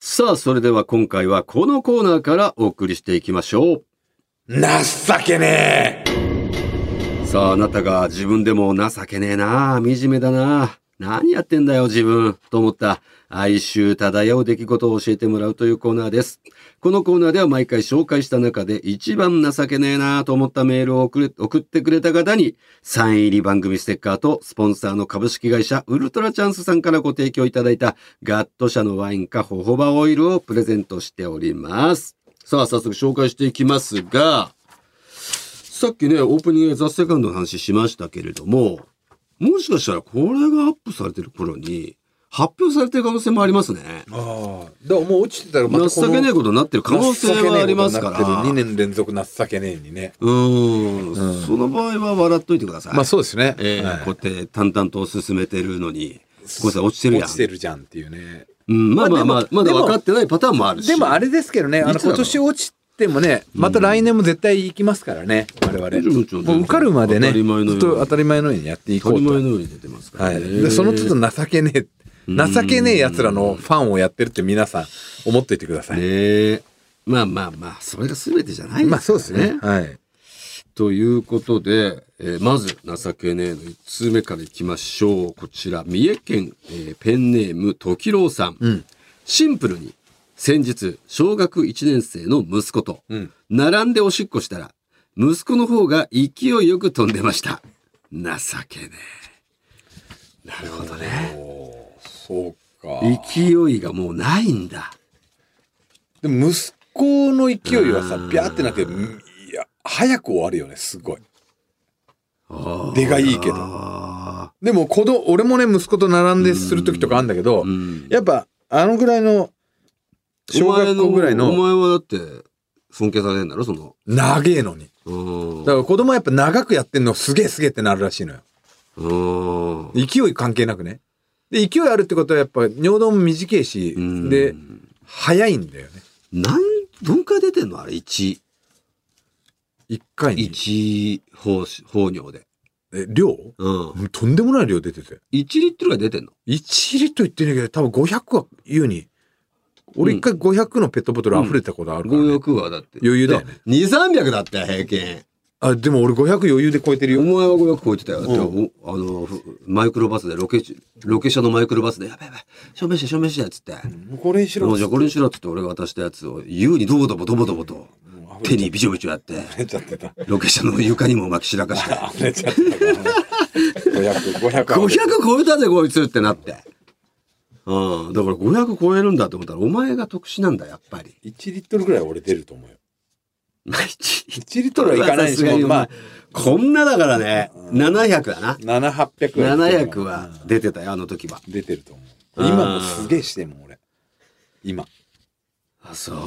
さあ、それでは今回はこのコーナーからお送りしていきましょ情けねえう。さあ、あなたが自分でも情けねえなあ、惨めだなあ、何やってんだよ自分、と思った哀愁漂う出来事を教えてもらうというコーナーです。このコーナーでは毎回紹介した中で一番情けねえなあと思ったメールを送れ送ってくれた方に、サイン入り番組ステッカーとスポンサーの株式会社ウルトラチャンスさんからご提供いただいたガット社のワインかホホバオイルをプレゼントしております。さあ、早速紹介していきますが、さっきね、オープニングでザ・セカンドの話しましたけれども、もしかしたらこれがアップされてる頃に、発表されてる可能性もありますね。ああだからもう落ちてたらまたこの情けないことになってる可能性はありますから。 2年連続情けねえにねうーん、その場合は笑っといてください。まあそうですね、えーはいこうやって淡々と進めてるのに、これさ、落ちてるやん落ち。てるじゃんっていうねうん、まあまあままああで、もまだでも分かってないパターンもあるし。でもあれですけどねあいのつだろう今年落ちてもねまた来年も絶対行きますからね我大丈夫ですよ々もう受かるまでね当たり前のようにずっと当たり前のようにやっていこ当たうり前とのように出てますからはね。い、でその都度情けねえ情けねえやつらのファンをやってるって皆さん思っていてください、ねえまあまあまあ、それが全てじゃないですからまあそうですね。はいということで、えーまず、情けねえの1通目からいきましょう。こちら、三重県、えーペンネーム、時郎さん,、シンプルに、先日、小学1年生の息子と、うん並んでおしっこしたら、息子の方が勢いよく飛んでました。情けねえ。なるほどね。そうか勢いがもうないんだ。でも息子の勢いはさビャーってなってうんいや早く終わるよねすごい出がいいけどあでも子供俺もね息子と並んでする時とかあるんだけど、ーうん。やっぱあのぐらいの小学校ぐらお前いのお前はだって、尊敬されるんだろ、その。長えのにうんだから子供はやっぱ長くやってんのすげえすげえってなるらしいのようん勢い関係なくねで勢いあるってことはやっぱ尿道も短いし、うんで早いんだよね何、どんくらい出てんのあれ、1、一回に1放し、放尿で。え量うん。とんでもない量出てて1リットルが出てんの1リットル言ってんだけど多分500は言うに俺一回500のペットボトル溢れたことあるから、ね ?500 はだって。余裕だよね。 2、300だったよ、平均。あでも俺500余裕で超えてるおよ前は500超えてたよ。でもおあの、ふマイクロバスで、ロケ地、ロケ車のマイクロバスで、やべやべ、証明して、証明して、つって。これにしもうじゃあこれにしろっつって俺が渡したやつを優にドボドボドボドボと手にびちょびちょやって溢れちゃってたロケ車の床にも巻き散らかして溢れちゃってた500500 500超えたぜこいつってなって。うん。だから500超えるんだと思ったら、お前が特殊なんだ、やっぱり。 1リットルぐらい俺出ると思うよ1 1リットルはいかないに しもまあこんなだからね、700だな。 7800は700は出てたよ、あの時は。出てると思ううん今もすげえしてんもん俺今あ、そう。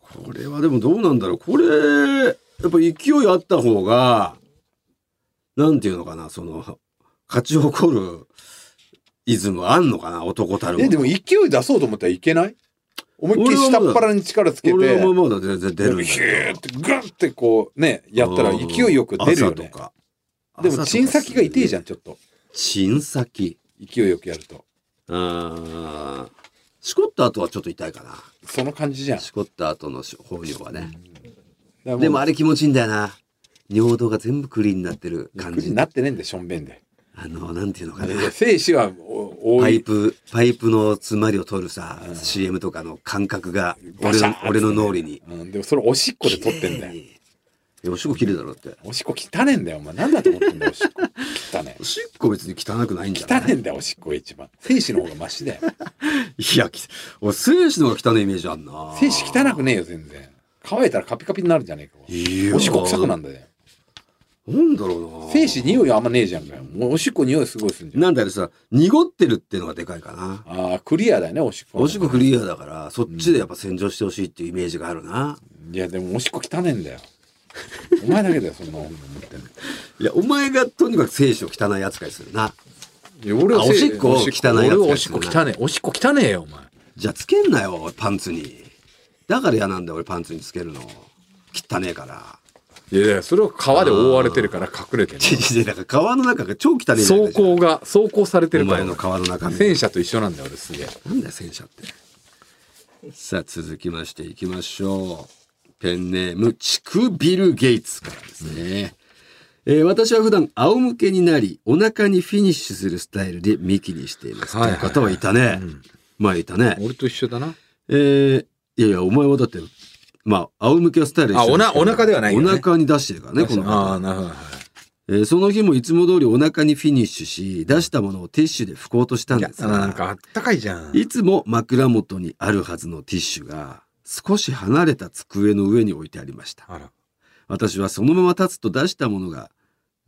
これはでもどうなんだろう。これ、やっぱ勢いあった方が、なんていうのかな、その、勝ち誇るイズムあんのかな、男たるものえでも勢い出そうと思ったらいけない思いっき俺りは下まだっ腹に力つけて俺はまだ全然出るんだヒけュどーってグッてこうねやったら勢いよく出るよ朝ねとかでもチン先が痛いじゃん。んちょっとチン先。勢いよくやるとうん。しこった後はちょっと痛いかな。その感じじゃんしこった後の包尿はね。ででもあれ気持ちいいんだよな。尿道が全部クリーンになってる感じ。になってねえんでしょんべんであの、なんていうのかな。いや精子はお多パイいプ、パイプの詰まりを取るさ、CM とかの感覚がバ俺シのャーンって、俺の脳裏に。うんでもそれおしっこで取ってんだよえおしっこ綺麗だろって。おしっこ汚ねえんだよお前なんだと思ってんだよおしっこ汚ねえおしっこ別に汚くないんじゃな汚いねえんだよおしっこが一番精子の方がマシだよいや、き俺、精子の方が汚いイメージあんな。精子汚くねえよ全然乾いたらカピカピになるじゃねえいかやおしっこ臭くなんだよなんだろうな。精子匂いあんまねえじゃんかよもうおしっこ匂いすごいすんじゃんなんだろうさ、濁ってるってのがでかいかな。ああクリアだよねおしっこおしっこクリアだから、そっちでやっぱ洗浄してほしいっていうイメージがあるな。いやでもおしっこ汚ねえんだよお前だけだよそんなもん思ってんのいや、お前がとにかく精子を汚い扱いするな。いや俺ははおしっこ汚いやつだよ俺はおしっこ汚ねえおしっこ汚ねえよお前じゃあつけんなよ、パンツに。だから嫌なんだよ、俺パンツにつけるの。汚ねえから。 いやいやそれは皮で覆われてるから隠れてるちちだから川の中が超汚ねえじゃない走行が走行されておるか前らの川の中身。戦車と一緒なんだよ俺すげえなんだよ、戦車って。さあ、続きましていきましょう。ペンネーム、チクビル・ゲイツからですね。えー私は普段仰向けになり、お腹にフィニッシュするスタイルで幹にしています。はいはいという方はいたね。前いたね。俺と一緒だな。えーいやいや、お前はだって、まあ、仰向けはスタイル一緒ですけどあおなお腹ではないよねお腹に出してるからね、この方ああ、なるほど。えーその日もいつも通りお腹にフィニッシュし、出したものをティッシュで拭こうとしたんいやで、すあが、なんかあったかいじゃん。いつも枕元にあるはずのティッシュが、少し離れた机の上に置いてありました。あら。私はそのまま立つと出したものが、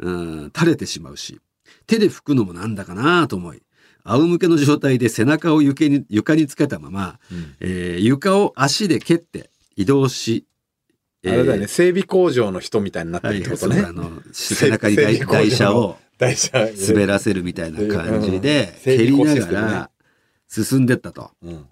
うーん、垂れてしまうし、手で拭くのもなんだかなと思い、仰向けの状態で背中を床に床につけたまま、えー床を足で蹴って移動し、あれだよね、整備工場の人みたいになってはるっいてはこい、とそうねあ。の背中に台整備台工場の車を台車滑らせるみたいな感じでう蹴んりな整備工シスがテムねら進んでったと。うん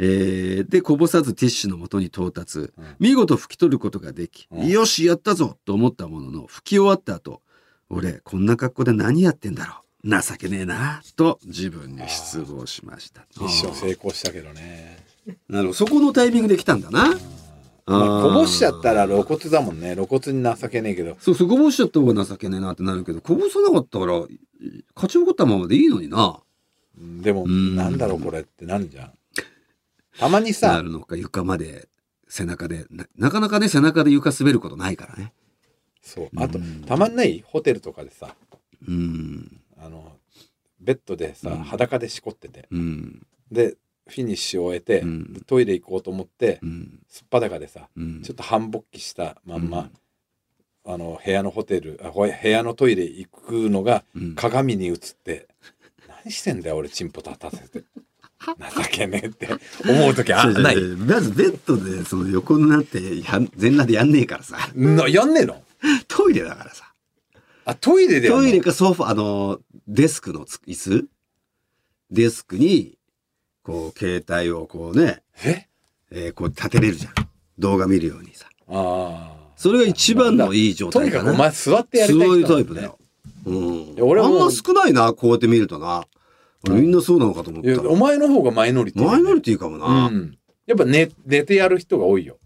えーでこぼさずティッシュの元に到達うん見事拭き取ることができ、うんよしやったぞと思ったものの拭き終わった後俺こんな格好で何やってんだろう情けねえなと自分に失望しました一生あー成功したけどね。なるほどそこのタイミングで来たんだな、まあ、あーこぼしちゃったら露骨だもんね。露骨に情けねえけど。そうそうこぼしちゃった方が情けねえなってなるけどこぼさなかったから勝ち残ったままでいいのになうんでも、うんなんだろうこれってなんじゃん。たまになさ、るのか床まで背中でななかなかね背中で床滑ることないからねそう。あとうん、たまんないホテルとかでさ、うんあの、ベッドでさ、うん裸でしこってて。うんで、フィニッシュを終えて、うんでトイレ行こうと思ってう、んすっぱだかでさ、うんちょっと半勃起したまんま、うんあの部屋のホテルあほ部屋のトイレ行くのがうん鏡に映って、何してんだよ俺チンポ立た せて情けねえって思う時あ違う違うない違うまずベッドでその横になってやん全裸でやんねえからさ なやんねえのトイレだからさあトイレでやんのトイレかソファーあのデスクのつ椅子デスクにこう携帯をこうね、ええーこう立てれるじゃん動画見るようにさああそれが一番のいい状と態にかかなくお前座ってやりたいそうい人うなんタイプねだよ、うんや、俺はあんもうま少ないなこうやって見るとな、俺みんなそうなのかと思っいやたお前の方がマイノリティだマよイねノリティかもなう、んやっぱ寝寝てやる人が多いよ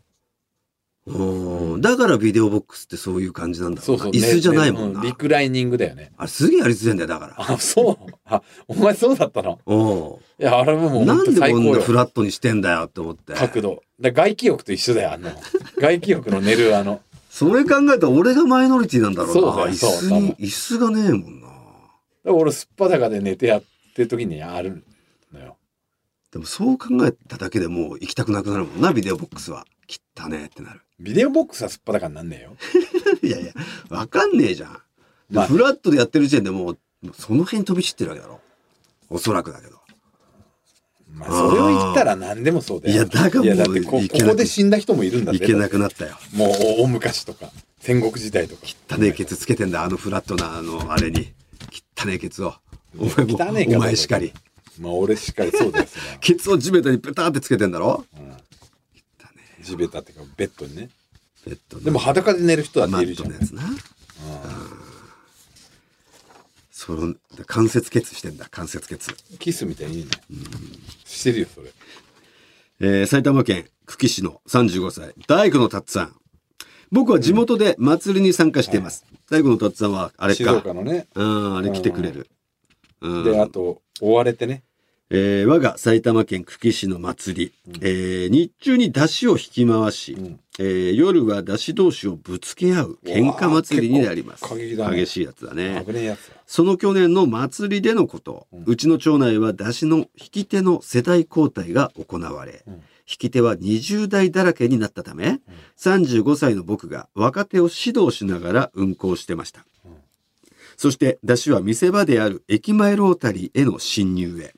うんだからビデオボックスってそういう感じなんだろそううなそう椅子じゃないもんねな、うリクライニングだよねあれすげえやりづらいんだよだからあそうあお前そうだったのおいやあれはもううな本当んで最こ高んなよフラットにしてんだよって思って角度だ外気浴と一緒だよあの外気浴の寝るあのそれ考えたら俺がマイノリティなんだろうなそうだよ椅そう子多に分椅子がねえもんな俺すっぱだかで寝てやってる時にあるのよでもそう考えただけでもう行きたくなくなるもんなビデオボックスは切ったねえってなる ビデオボックスはすっぱだかになんねえよいやいやわかんねえじゃん、でまあフラットでやってる時点でもうその辺飛び散ってるわけだろおそらくだけどまあそれを言ったら何でもそうだよいやだからもういやだってこいけこなくこで死んだ人もいるんだいぜけなくなったよもう大昔とか戦国時代とか汚ねえケツつけてんだあのフラットなあのあれに汚ねえケツをお前も汚ねえかお前しかりまあ俺しっかりそうだよそれはケツを地べたにペタってつけてんだろうんだね地べたっていうかベッドにねベッドのでも裸で寝る人だっマているッじトゃんのやつなうその関節ケツしてんだ関節ケツ、んキスみたいにいいねしてるよそれえー埼玉県久喜市の35歳大工のたっつさん僕は地元で祭りに参加しています、大工のたっつさんはあれ静か岡のねうんあれ来てくれる、うんであと追われてねえー我が埼玉県久喜市の祭り、えー日中に出汁を引き回し、うんえー夜は出汁同士をぶつけ合う喧嘩祭りになりますうわー結構過激だね激しいやつだね危ねえやつだその去年の祭りでのこと、ううんちの町内は出汁の引き手の世代交代が行われ、うん引き手は20代だらけになったため、35歳の僕が若手を指導しながら運行してました。うんそして出汁は見せ場である駅前ロータリーへの侵入へ。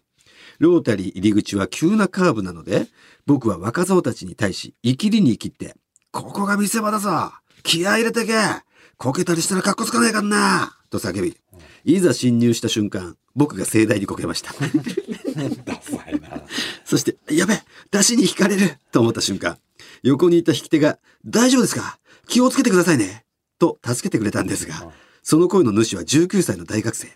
ロータリー入り口は急なカーブなので、僕は若造たちに対し、生きりに生きって、ここが見せ場だぞ気合入れてけこけたりしたら格好つかねえかんなと叫び、いざ侵入した瞬間、僕が盛大にこけました。 ダサいな。そして、やべえ出汁に引かれると思った瞬間、横にいた引き手が、大丈夫ですか気をつけてくださいねと助けてくれたんですが、その声の主は19歳の大学生。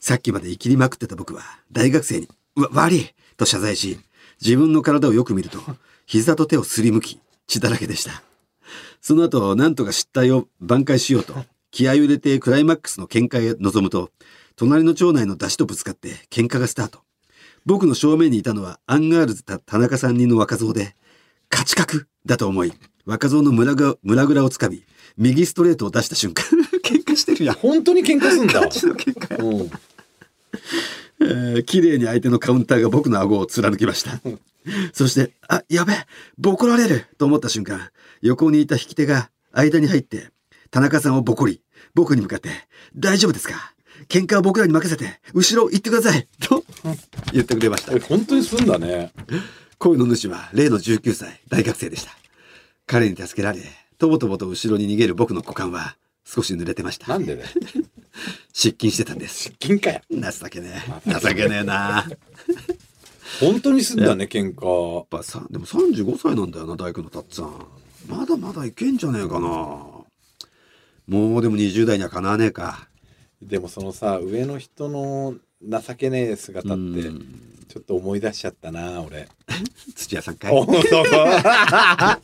さっきまで生きりまくってた僕は、大学生に、うわ、悪いと謝罪し、自分の体をよく見ると、膝と手をすりむき、血だらけでした。その後、なんとか失態を挽回しようと、気合を入れてクライマックスの喧嘩へ臨むと、隣の町内の出汁とぶつかって喧嘩がスタート。僕の正面にいたのはアンガールズ田田中さん人の若造で、勝ち格だと思い、若造の村が村蔵をつかみ、右ストレートを出した瞬間、 喧嘩してる やん。本当に喧嘩すんだ ガ。チの喧嘩や。うん。えー綺麗に相手のカウンターが僕の顎を貫きました。そして、あ、やべえ、ボコられると思った瞬間、横にいた引き手が間に入って、田中さんをボコり、僕に向かって、大丈夫ですか喧嘩は僕らに任せて、後ろ行ってくださいと言ってくれましたえ。本当にすんだね。声の主は例の19歳、大学生でした。彼に助けられ、とぼとぼと後ろに逃げる僕の股間は少し濡れてましたなん。でね。失禁してたんです。喧嘩や。情けねえ。情けねえな。本当にすんだね、喧嘩。やっぱさでも35歳なんだよな大工のたっつぁんまだまだいけんじゃねえかなもうでも20代にはかなわねえかでもそのさ、上の人の情けねえ姿って、ちょっと思い出しちゃったな、俺。土屋さんかおいそうか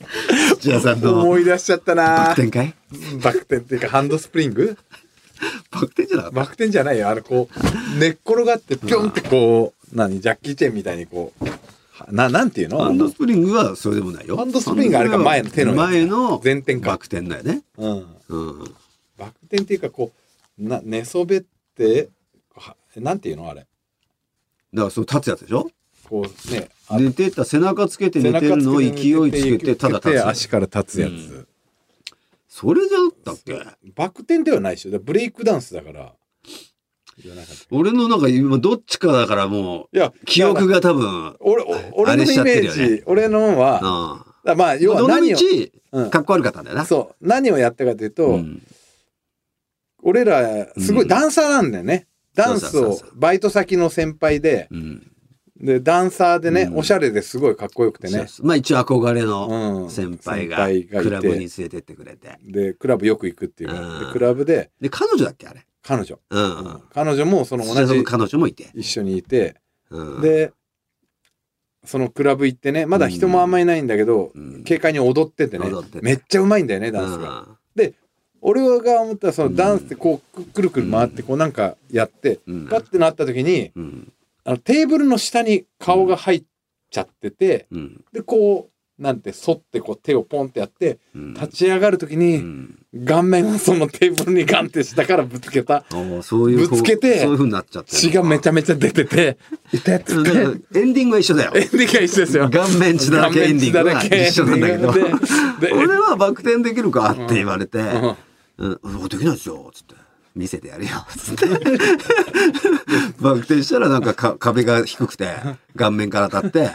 土屋さんの 思い出しちゃったバクな。転かいバク転っていうか、ハンドスプリングバク転じゃなかったバク転じゃないよ。あの、こう、寝っ転がって、ぴょんってこう、何、ジャッキーチェンみたいにこう、はな、なんていうのハあンドのスプリングはそれでもないよハンドスプリングはあれか前の手のやつ前の前転かバク転だよねうん。うんバク転っていうか、こう、な、寝そべって、はなんていうのあれ。だからその立つやつでしょこうね、あ寝てた背中つけて寝てるのを勢いつけてただ立つ足から立つやつ、それじゃあったっけバク転ではないでしょだからブレイクダンスだからいやなんかい俺のなんか今どっちかだからもやう記憶がが多分俺お俺あのれしちゃイってるメーよジ、ね俺のうはんだまあ要要ははどの何を道、うんかっこ悪かったんだよな。そう何をやったかというと、うん俺らすごいダンサーなんだよね、ダンそスうそうをそうそうバイト先の先輩でうんでダンサーでね、うんおしゃれですごいかっこよくてそうねそうまあ一応憧れのうん先輩が先輩クラいブにて連れてってくれて。でクラブよく行くっていううかんでクラブでで、彼女だっけあれ。彼女、うん。うん彼女もそのそ同してそじの彼女もいて。一緒にいて、うん、でそのクラブ行ってねまだ人もあんまいないんだけど、うん軽快に踊っててね踊っててめっちゃうまいんだよねダンスが。俺が思ったらそのダンスってこうくくるくる回ってこうなんかやって、うんパッてなった時にうん。あのテーブルの下に顔が入っちゃってて、うん。でこうなんて反ってこう手をポンってやってうん。立ち上がる時うにん顔面をそのテーブルにガンって下からぶつけたおーそういうこうぶつけてそういう風になっちゃって血がめちゃゃめちゃ出てて「痛い」っつだっかてらエンディングは一緒 だよエンディングは一緒ですよ。顔面血だらけエンディングは一緒なんだけど顔面血だらけエンディングで で俺はバク転できるかって言われて、うんうん、うんできないですよ、つって。見せてやるよ、つって。バク転したらなんかか壁が低くて、顔面から当たって、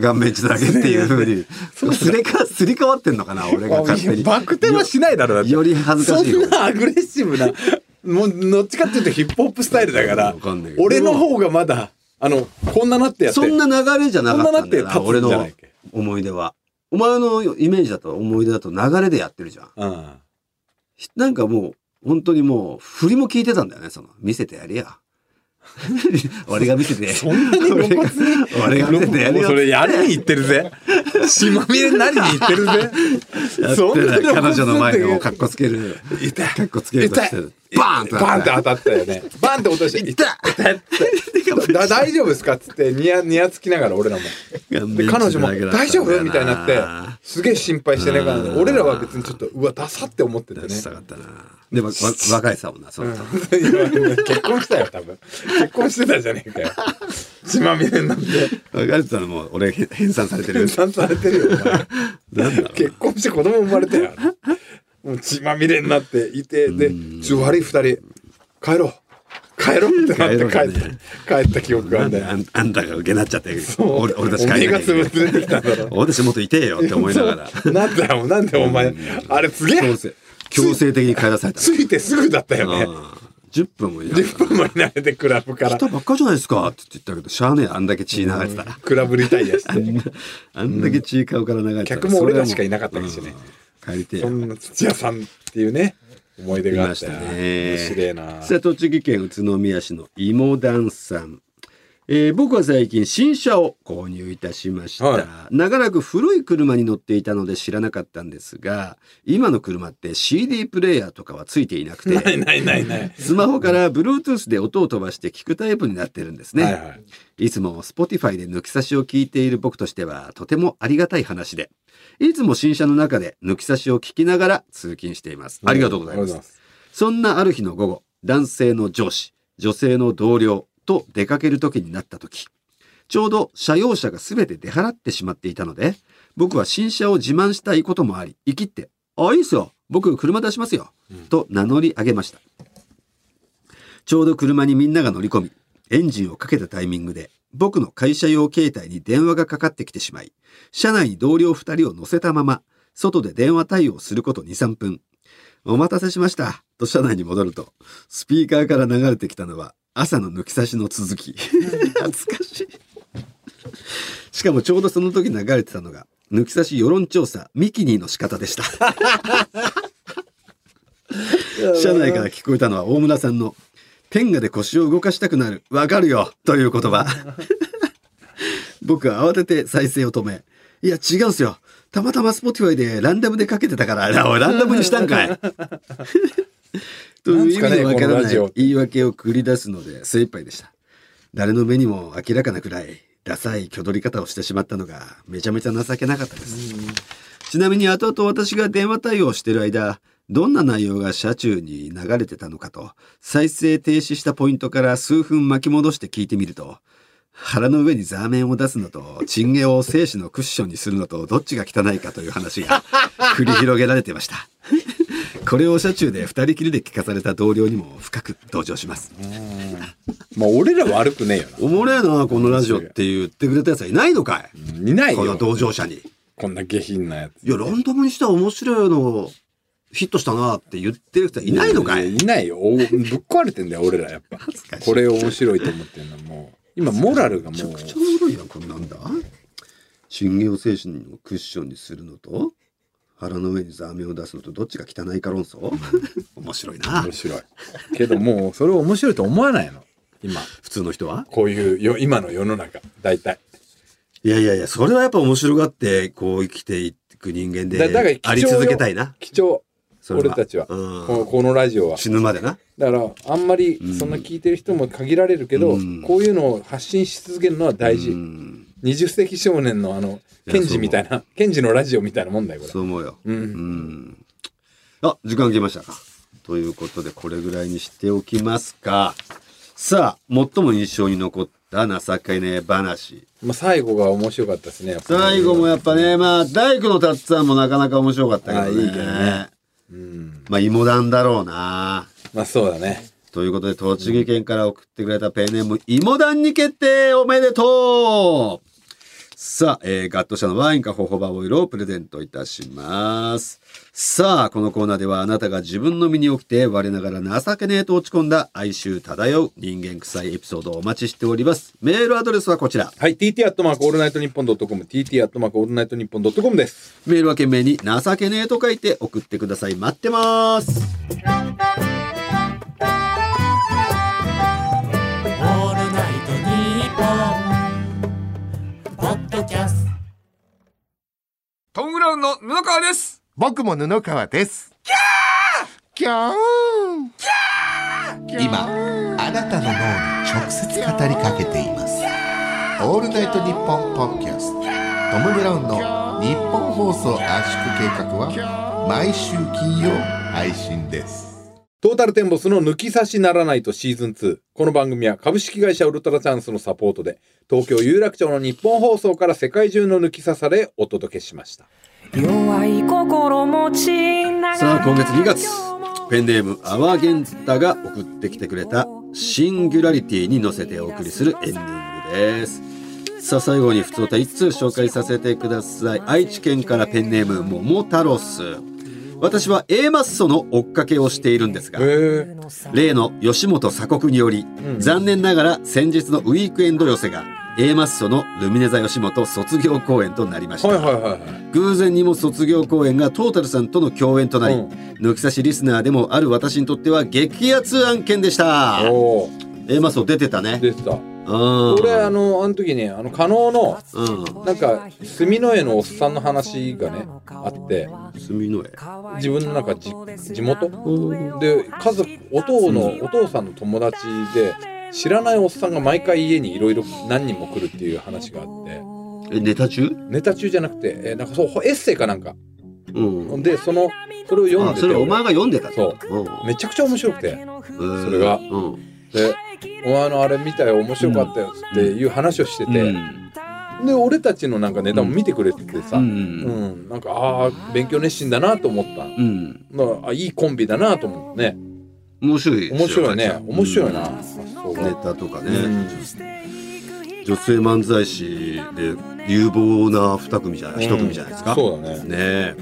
顔面血だらけっていうふうに、すれか、すり替わってんのかな、俺が勝手に。バク転はしないだろだってより恥ずかしいそよんなアグレッシブなもうどっちかっていうとヒップホップスタイルだからわかんないけど俺の方がまだあのこんななってやってそんな流れじゃなかったんだよな、そんな俺なって立つんじゃなのいっけ思い出は。お前のイメージだと、思い出だと流れでやってるじゃん。うんなんかもう、本当にもう、振りも聞いてたんだよね、その、見せてやり や。俺が見せて、そんなに露骨に俺が見せてやるもうよそ。れやりに行ってるぜ血まみれになりに行ってるぜやってそんなない彼露骨って女の前でもうかっこつける。痛いかっこつけると痛しいてる。バーンってバンってっ当たったよねバンって落としてて痛い 「だ大丈夫ですか?」っつってニヤニヤつきながら俺らもで彼女も「大丈夫?」みたいになってすげえ心配してね彼女俺らは別にちょっとうわダサって思っててねしたかったな。でも、わ若いさもんな、そ の人。結婚したよ多分結婚してたじゃねえかよ血まみれになって若いさもう俺、へ 編纂されてる分。散されてるよお前なんだろう結婚して子供生まれたよもう血まみれになっていてでちょっと悪い二人帰ろう帰ろうってなって帰帰ろうった帰った記憶がなあんるんだでよあんあんたが受けなっちゃって、俺俺たちおめ帰えんがなきゃいけない連れてきたん だろ俺たちもっと痛えよって思いながら。そうなんだよなんでお前あれすげえ強制強制的に帰らされたついてすぐだったよねああ10分もいなかっ10分もいないでクラブかたら来たばっかじゃないですかって言ったけどしゃあねえあんだけ血流れてたらクラブリタイアしてあんだけ血顔から流れてたら客も俺らしかいなかったりしてねそれはもう帰りてえそんな土屋さんっていうね思い出いがあまっしたたよね面白いなさあ栃木県宇都宮市の芋団さんえー僕は最近新車を購入いたしました、は長らく古い車に乗っていたので知らなかったんですが今の車って CD プレイヤーとかはついていなくなていないないない。スマホから Bluetooth で音を飛ばして聞くタイプになってるん ですね、はいいはい。つも Spotify で抜き差しを聞いている僕としてはとてもありがたい話でいつも新車の中で抜き差しを聞きながら通勤していますありがとうございますす。そんなある日の午後、男性の上司、女性の同僚と出かける時になった時、ちょうど車用車が全て出払ってしまっていたので、僕は新車を自慢したいこともあり、生きって、あ、いいですよ。僕、車出しますようん。と名乗り上げました。ちょうど車にみんなが乗り込み、エンジンをかけたタイミングで、僕の会社用携帯に電話がかかってきてしまい、車内に同僚2人を乗せたまま、外で電話対応すること2、3分。お待たせしました。と車内に戻ると、スピーカーから流れてきたのは、朝の抜き差しの続き。懐かしい。しかもちょうどその時流れてたのが、抜き差し世論調査、ミキニーの仕方でした。車内から聞こえたのは大村さんの「天下で腰を動かしたくなるわかるよ」という言葉 僕は慌てて再生を止め「いや違うんすよたまたま Spotify でランダムでかけてたから なおいランダムにしたんかい」 という意味のわかなんすかねこのらラなジオい言い訳を繰り出すので精一杯でした誰の目にも明らかなくらいダサい挙取り方をしてしまったのがめちゃめちゃ情けなかったですちなみに後々私が電話対応してる間、どんな内容が車中に流れてたのかと、再生停止したポイントから数分巻き戻して聞いてみると、腹の上に座面を出すのと、チンゲを精子のクッションにするのと、どっちが汚いかという話が繰り広げられてました。これを車中で二人きりで聞かされた同僚にも深く同情します。まあ俺ら悪くねえよおもれえな、このラジオって言ってくれたやつはいないのかいな。いないこのよ。同情者に。こんな下品なやつ。いや、ランダムにしたら面白いの、ヒットしたなって言ってる人はいないのかいいないよ。おぶっ壊れてんだよ、俺らやっぱ。かしいこれ面白いと思ってんのもう。今、モラルがめちゃもうく。ちゃおもろいやん、これなんだ信玄精神をクッションにするのと、腹の上にザーメンを出すのと、どっちが汚いか論争面白いな面。白い。けどもう、それを面白いと思わないの。今。普通の人はこういうよ、今の世の中。大体。いやいやいや、それはやっぱ面白がって、こう生きていく人間でだだから貴重よあり続けたいな。貴重。それ俺たちは。うんここのラジオは。死ぬまでな。だからあんまりそんな聞いてる人も限られるけど、うんこういうのを発信し続けるのは大事、うん20世紀少年のあのやケンジみたいなケンジのラジオみたいなもんだよこれそう思うよ。うんうん。あ、時間来ましたか。ということで、これぐらいにしておきますか。さあ、最も印象に残った情けねえ話。まあ、最後が面白かったですねやっぱ最後もやっぱね、まあ、大工のたっつぁんもなかなか面白かったけどね。あいいけどねうんまあ、芋団だろうな。まあそうだねということで、栃木県から送ってくれたペンネーム、芋団に決定おめでとうさあ、えー、ガット社のワインかホホバオイルをプレゼントいたします。さあ、このコーナーではあなたが自分の身に起きて我ながら情けねえと落ち込んだ哀愁漂う人間臭いエピソードをお待ちしております。メールアドレスはこちら。はい TT アットマークオールナイトニッポンドットコム TT アットマークオールナイトニッポンドットコムですメールは懸命に情けねえと書いて送ってください。待ってます。オールナイトニッポン」ポッドキャストトム・ブラウンの布川です僕も布川です。キャーキャー今あなたの脳に直接語りかけていますオールナイトニッポンポッドキャストトム・ブラウンの日本放送圧縮計画は毎週金曜配信ですトータルテンボスの抜き差しならないとシーズン2この番組は株式会社ウルトラチャンスのサポートで東京有楽町の日本放送から世界中の抜き差されお届けしました弱い心持ちながらさあ今月2月ペンネームアワゲンタが送ってきてくれたシンギュラリティに乗せてお送りするエンディングですさあ最後に普通歌1通紹介させてください愛知県からペンネーム桃太郎ス私は A マッソの追っかけをしているんですがへえ例の吉本鎖国により、残念ながら先日のウィークエンド寄せが A マッソのルミネ座吉本卒業公演となりました、はいはいはいはい偶然にも卒業公演がトータルさんとの共演となり、うん抜き差しリスナーでもある私にとっては激アツ案件でしたおお A マスを出てたね出てたうん俺あのあの時ねあの加納のうんなんか住の絵のおっさんの話がねあって住の絵自分のなんかじ地元うんで家族お父のお父さんの友達で知らないおっさんが毎回家にいろいろ何人も来るっていう話があってえネタ中ネタ中じゃなくてえなんかそうエッセイかなんかうんでそのそれを読あんでてそれお前が読んでたそううんめちゃくちゃ面白くてそれがうんで「お前のあれ見たよ面白かったよ」っていう話をしてて、うんで俺たちのなんかネタも見てくれててさ、ううんんなんかああ勉強熱心だなと思ったうんまああいいコンビだなと思ってね面白いですよ面白いねガチャ面白いうんな、あそうネタとかねうん女性漫才師で有望な二組じゃない一組じゃないですかそうだねねえ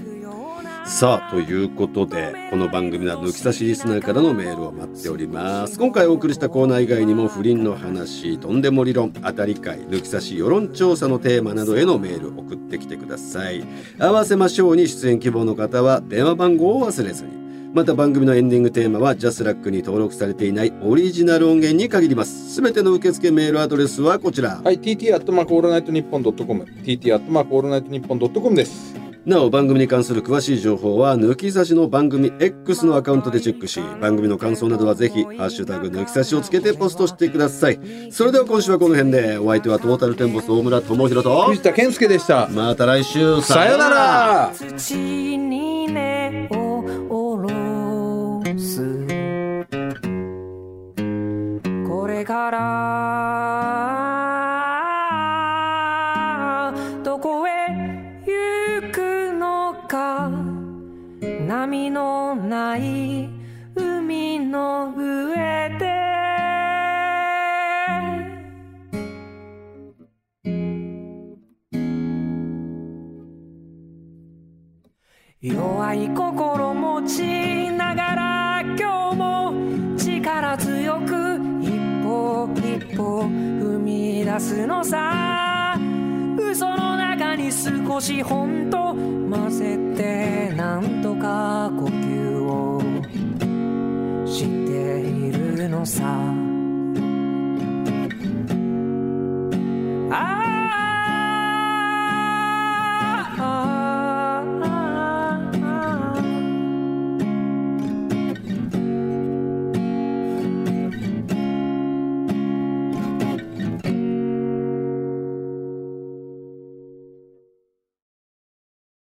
さあということでこの番組など抜き差しリスナーからのメールを待っております今回お送りしたコーナー以外にも不倫の話とんでも理論当たり会抜き差し世論調査のテーマなどへのメール送ってきてください合わせましょうに出演希望の方は電話番号を忘れずにまた番組のエンディングテーマはジャスラックに登録されていないオリジナル音源に限りますすべての受付メールアドレスはこちら、はい TT アットマークオールナイトニッポンドットコム TT アットマークオールナイトニッポンドットコムですなお番組に関する詳しい情報は抜き差しの番組 X のアカウントでチェックし番組の感想などはぜひ「ハッシュタグ抜き差し」をつけてポストしてくださいそれでは今週はこの辺でお相手はトータルテンボス大村智広と藤田健介でしたまた来週さよなら土に根を下ろすこれからどこへ行くのか波のない海の上で弱い心持ちながら今日も力強く一歩一歩踏み出すのさ嘘の中に少し本当混ぜてなんとか呼吸をしているのさ